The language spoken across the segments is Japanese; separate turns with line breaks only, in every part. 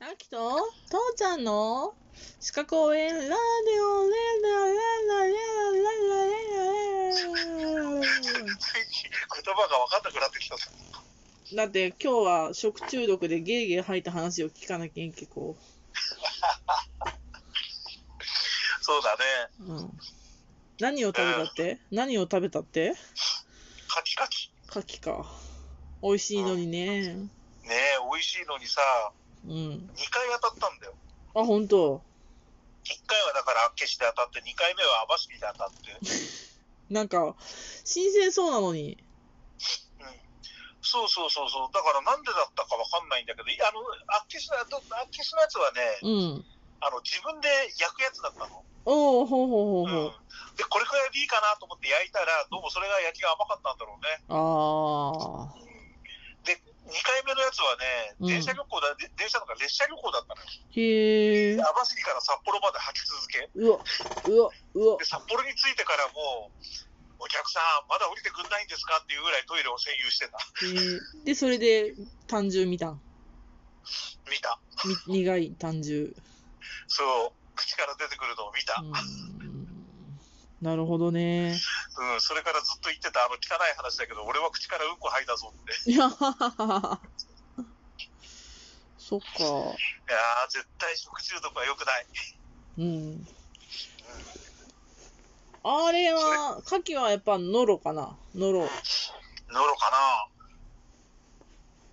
あきと父ちゃんの四角応援ラデオレララララララララ
言葉が分かんなくなってきたぞ
だって今日は食中毒でゲーゲー吐いた話を聞かなきゃいけこ
そうだね
う、うん、何を食べたって何を食べたって
カキカキ
牡蠣か美味しいのにね
ねえ美味しいのにさ
うん
2回当たったんだよ
あ本当
1回はだから厚岸で当たって2回目は網走で当たって
なんか新鮮そうなのに
そうそうそうそうだからなんでだったか分かんないんだけどいあの厚岸のあと厚岸のやつはね
うん
あの自分で焼くやつだったの
おおほうほうほう
う、
ほうん
でこれくらいでいいかなと思って焼いたらどうもそれが焼きが甘かったんだろうね
ああ
で2回目のやつはね
うん
電車旅行だ、で電車とか列車旅行だったのよ
へえ
で網走から札幌まで履き続け
うわうわうわ
で札幌に着いてからもうお客さんまだ降りてくんないんですかっていうぐらいトイレを占有してた
えーで、それで、単純見たん。
見た
み苦い単純。
そう口から出てくるのを見た、
う
うん
ーんなるほどね。
それからずっと言ってたあの汚い話だけど俺は口からうんこ吐いたぞって
いやそっか。
いやー絶対食中毒は良くない
うん。あれは、牡蠣はやっぱノロかな。ノロ。
ノロか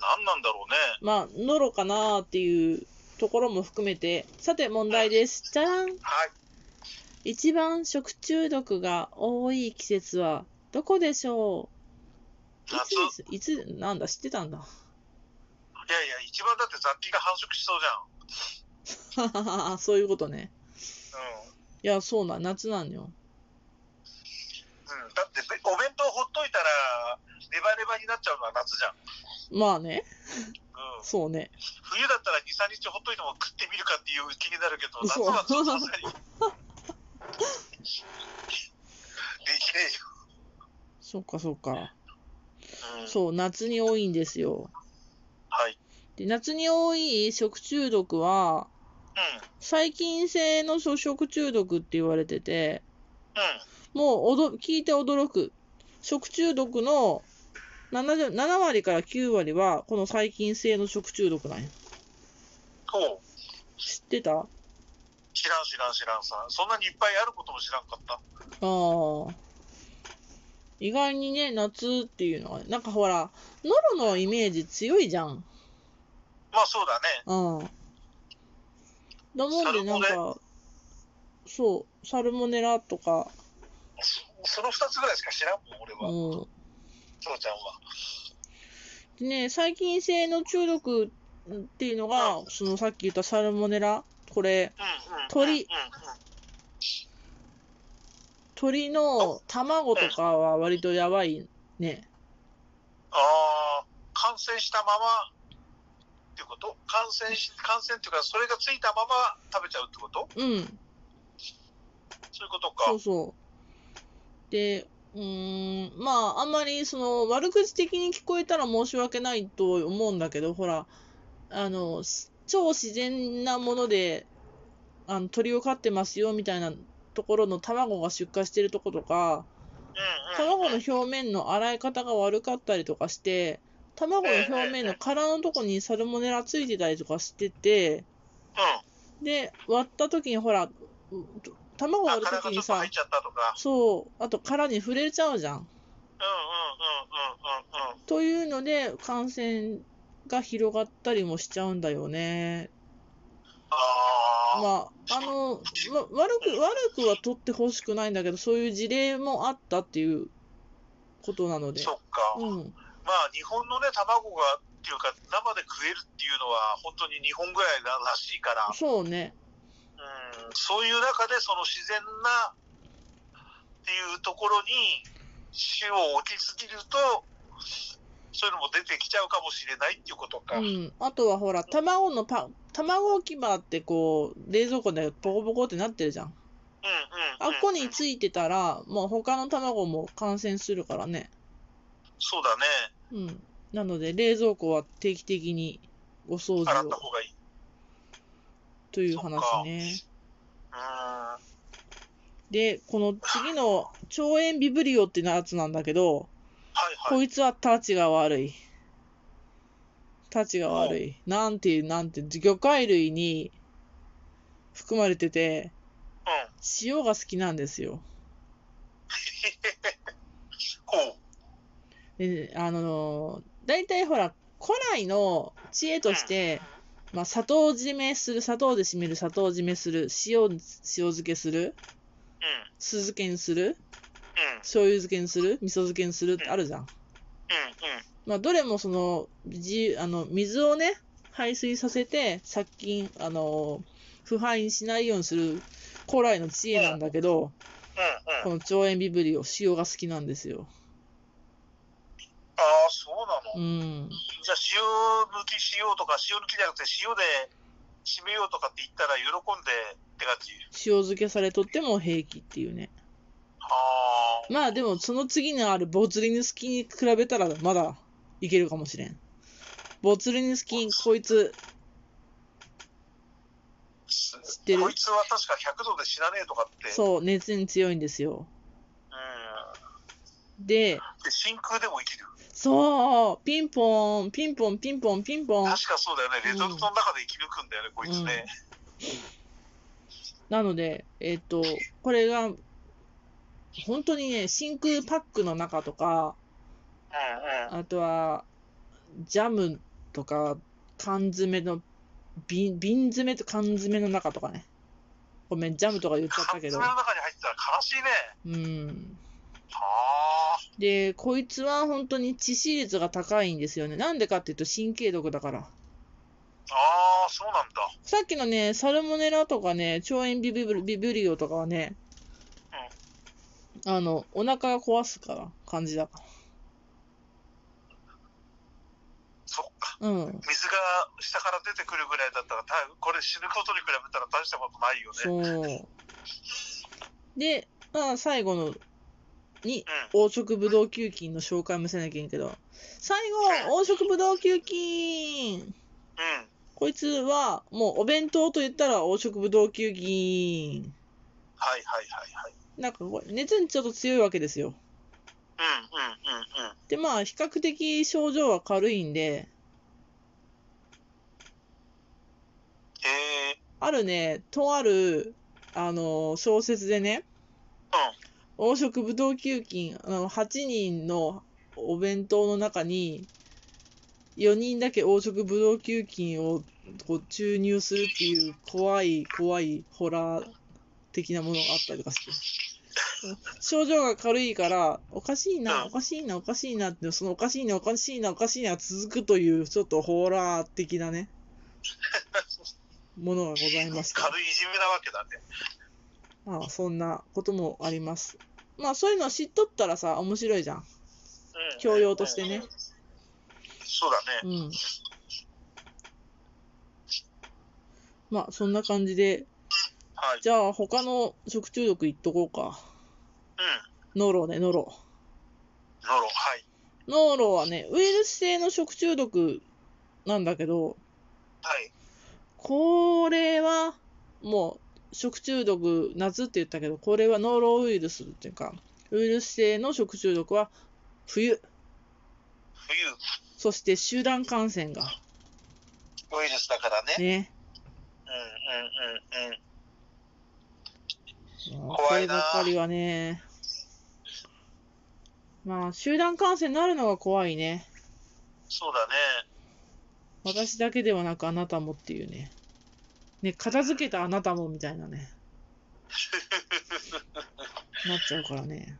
な何なんだろうね
まあ、ノロかなっていうところも含めて。さて、問題です。じゃらん。
はい
一番食中毒が多い季節はどこでしょう
夏
いつですいつ、なんだ、知ってたんだ。
いやいや一番だって雑菌が繁殖しそう じ
そういうことね。
ゃんうん
いや、そうなん、夏なんよ。
うん、だってべお弁当ほっといたらネバネバになっちゃうのは夏じゃん、
まあね、
うん、
そうね。
冬だったら23日ほっといても食ってみるかっていう気になるけど夏
そう
はちょっとさす がにできね
そっかそっか。
えよ、うん、
そう、夏に多いんですよ。
はい、
で夏に多い食中毒は、
うん
細菌性のそう食中毒って言われてて、
うん、
もうおど聞いて驚く。食中毒の 7, 7割から9割は、この細菌性の食中毒なんや。
そう
知ってたあ
知らん知らん知らんさそんなにいっぱいあることも知らんかった
あ。意外にね、夏っていうのは、なんかほら、ノロのイメージ強いじゃん。
まあそうだね
うん。だもんで、なん
サル
か、そう、サルモネラとか、
そその2つぐらいしか知らんもん俺は、
うん。
そうちゃんは
でね、細菌性の中毒っていうのが、そのさっき言ったサルモネラ、これ、
うんうん
鳥
うんうんうん
鳥の卵とかは割とやばいね。
ああ、感染したままっていうこと感染し、感染っていうか、それがついたまま食べちゃうってこと
うん、
そういうことか。
そうそう。で、うーん、まあ、あんまりその悪口的に聞こえたら申し訳ないと思うんだけど、ほら、あの、し超自然なもので、あの鳥を飼ってますよみたいなところの卵が出荷してるとことか、
うんうん。
卵の表面の洗い方が悪かったりとかして、卵の表面の殻のとこにサルモネラついてたりとかしてて、
うん。
で、割った時にほら、う卵
あ、
割る
殻
時
がちょ
に
っと
さ
入っ、ちゃったとか。
そう、あと殻に触れちゃうじゃん。
うんうんうんうんうんうん。
というので、感染が広がったりもしちゃうんだよね。
ああ、
まあ、あの、わ悪く、悪くは取ってほしくないんだけど、そういう事例もあったっていうことなので。
そっか。
うん。
まあ、日本のね、卵が、っていうか、生で食えるっていうのは、本当に日本ぐらいらしいから、
そうね。
うん、そういう中で、その自然な、っていうところに、種を置きすぎると、そういうのも出てきちゃうかもしれないっていうことか。
う
うん、
ん。あとはほら、卵のパ、卵置き場ってこう、冷蔵庫でボコボコってなってるじゃん。あっこについてたら、もう他の卵も感染するからね。
そうだね。
うん。なので、冷蔵庫は定期的にお掃
洗
除
っ
を
た。方がいい。
という話ね。
うーん。
で、この次の、超円ビブリオってやつなんだけど、
はいは
こ
い。
いつはタチが悪い。タチが悪い。なんて、なんて、魚介類に含まれてて、
うん。
塩が好きなんですよ。
ほう。
で、あのー、大体ほら、古来の知恵として、まあ、砂糖締めする、砂糖で締める、砂糖締めする、塩、塩漬けする、
うん。
酢漬けにする、
うん。
醤油漬けにする、味噌漬けにするってあるじゃん。
うん。うん。
まあ、どれもその、じあの、水をね、排水させて、殺菌、あのー、腐敗にしないようにする古来の知恵なんだけど、
うん。うん。
この腸炎ビブリオ、塩が好きなんですよ。
ああ、そうな
う
の。
ん。
じゃあ、塩抜きしようとか、塩抜きじゃなくて、塩で締めようとかって言ったら、喜んでって感じ。
塩漬けされとっても平気っていうね。
ああ、
まあでもその次のあるボツリヌス菌に比べたらまだいけるかもしれん。ボツリヌス菌、こいつ、
知
ってる
こいつは確か100度で死なねえとかって。う。
そう、熱に強いんですよ。
ん。
で、
で、真空でも生きる。
そう、ピンポン、ピンポン、ピンポン、ピンポン。
確かそうだよね。レトルトの中で生き抜くんだよね、こいつね。
なので、えっ、と、これが、本当にね、真空パックの中とか、
うんうん。
あとは、ジャムとか、缶詰の、瓶瓶詰めと缶詰の中とかね。ごめん、ジャムとか言っちゃった
缶
け
詰
ど
の。中に入ってたら悲しいね。
うん。
はあ。
で、こいつは本当に致死率が高いんですよね。なんでかっていうと神経毒だから。
ああ、そうなんだ。
さっきのね、サルモネラとかね、腸炎ビブビブリオとかはね、あの、お腹が壊すから、感じだか
そっか。
ら。うん。
水が下から出てくるぐらいだったら、たこれ死ぬことに比べたら大したことないよね。う。
そう。で、まあ、最後の、に、
ん。
黄色ブドウ球菌の紹介もせなきゃいけんけど、最後、黄色ブドウ球菌
うん。
こいつは、もうお弁当と言ったら黄色ブドウ球菌。
はいはいはいはい。
なんかこう熱にちょっと強いわけですよ。
うんうんうんうん。
で、まあ、比較的症状は軽いんで、
ええ
あるね、とある、あの、小説でね、黄色ブドウ球菌、あの、8人のお弁当の中に、4人だけ黄色ブドウ球菌をこう注入するっていう怖い怖いホラー的なものがあったりとかして。症状が軽いから、おかしいな、
うん
おかしいな、おかしいなって、そのおかしいな、おかしいな、おかしいなが続くという、ちょっとホラー的なね、ものがございました。
軽いいじめなわけだね。
まあ、そんなこともあります。まあ、そういうの知っとったらさ、面白いじゃん。
うん
教養としてね。
そうだ
う
ね。
ん。まあ、そんな感じで、
はい。
じゃあ、他の食中毒いっとこうか。
うん。
ノロね、ノロ。
ノロ、はい。
ノロはね、ウイルス性の食中毒なんだけど、
はい。
これは、もう、食中毒、夏って言ったけど、これはノロウイルスっていうか、ウイルス性の食中毒は、冬、
冬、
そして集団感染が、
ウイルスだからね。
ね。
うんうんうんうん。
もうこ
怖
れ
いな
ばっかりはね。まあ、集団感染になるのが怖いね。
そうだね。
私だけではなくあなたもっていうね。ね、片付けたあなたもみたいな ね。なっちゃうからね。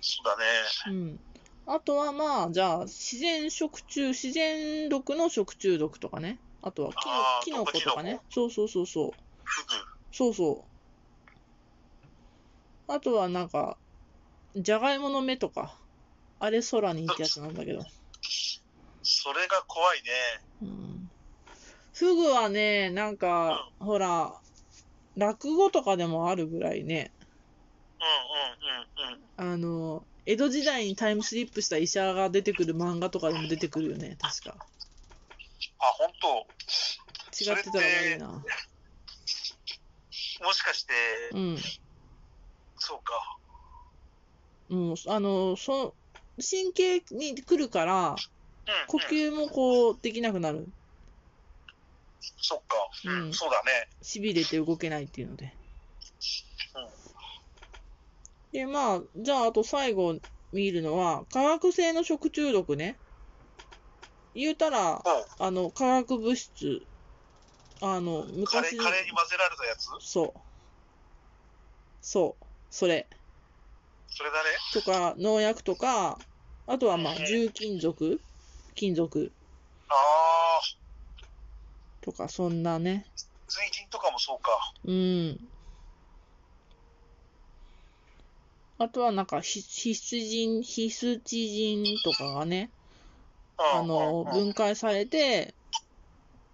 そうだ
う
ね。
ん。あとはまあ、じゃあ、自然食中、自然毒の食中毒とかね。あとは
あー
キノキノコとかね。そうそうそうそう。
フグ。
そうそう。あとはなんか、じゃがいもの芽とか、あれ空にってやつなんだけど。
それが怖いね。
うん。フグはね、なんか、ほら、落語とかでもあるぐらいね、
うんうんうんうん。
あの、江戸時代にタイムスリップした医者が出てくる漫画とかでも出てくるよね、確か。
あ、本当。
違ってたら悪いな。
もしかして、
うん。
そうか。
もう、あの、そ、神経に来るから、
うん、うん
呼吸もこう、できなくなる。
そっか、うん
うん
そうだね。
痺れて動けないっていうので
うん。
で、まあ、じゃあ、あと最後見るのは、化学性の食中毒ね。言うたら、
おう
あの、化学物質、あの、
カレ
昔
ー
の
カレーに混ぜられたやつ
そう。そう。それ。
それだね。
とか、農薬とか、あとはまあ
うん、
重金属金属
ああ、
とか、そんなね。
水銀とかもそうか。
うん。あとはなんか、ひ必需人、必須知人とかがね、
うん
あの、
うんうん
分解されて、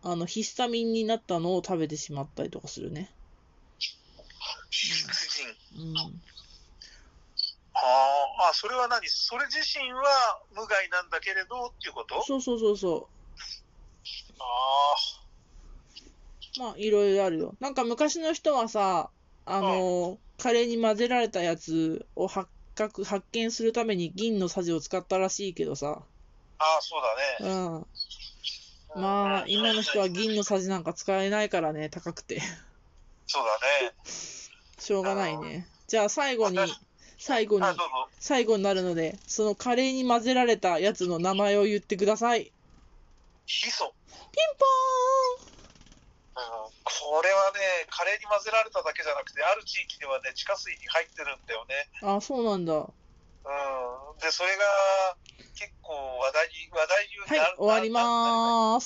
あの、ヒスタミンになったのを食べてしまったりとかするね。
水銀。
うん。
あーあ、それは何それ自身は無害なんだけれどっていうことあ
そうそうそうそ
あ
う。まあ、いろいろあるよ。なんか昔の人はさ、あの、カレーに混ぜられたやつを発覚、発見するために銀のさじを使ったらしいけどさ、
ー、ああそう
う
だね。
ん。まあ、今の人は銀のさじなんか使えないからね、高くて。
そうだね。
しょうがないね。じゃあ最後に
私、
最後に
あ、どうぞ。
最後になるので、そのカレーに混ぜられたやつの名前を言ってください。ピン
ヒ素。
ポーン
うん、これはね、カレーに混ぜられただけじゃなくて、ある地域ではね、地下水に入ってるんだよね。
あ、そうなんだ。は
うん、で、それが結構話題に、話題に
い
なる、
終わり
なる
まーす。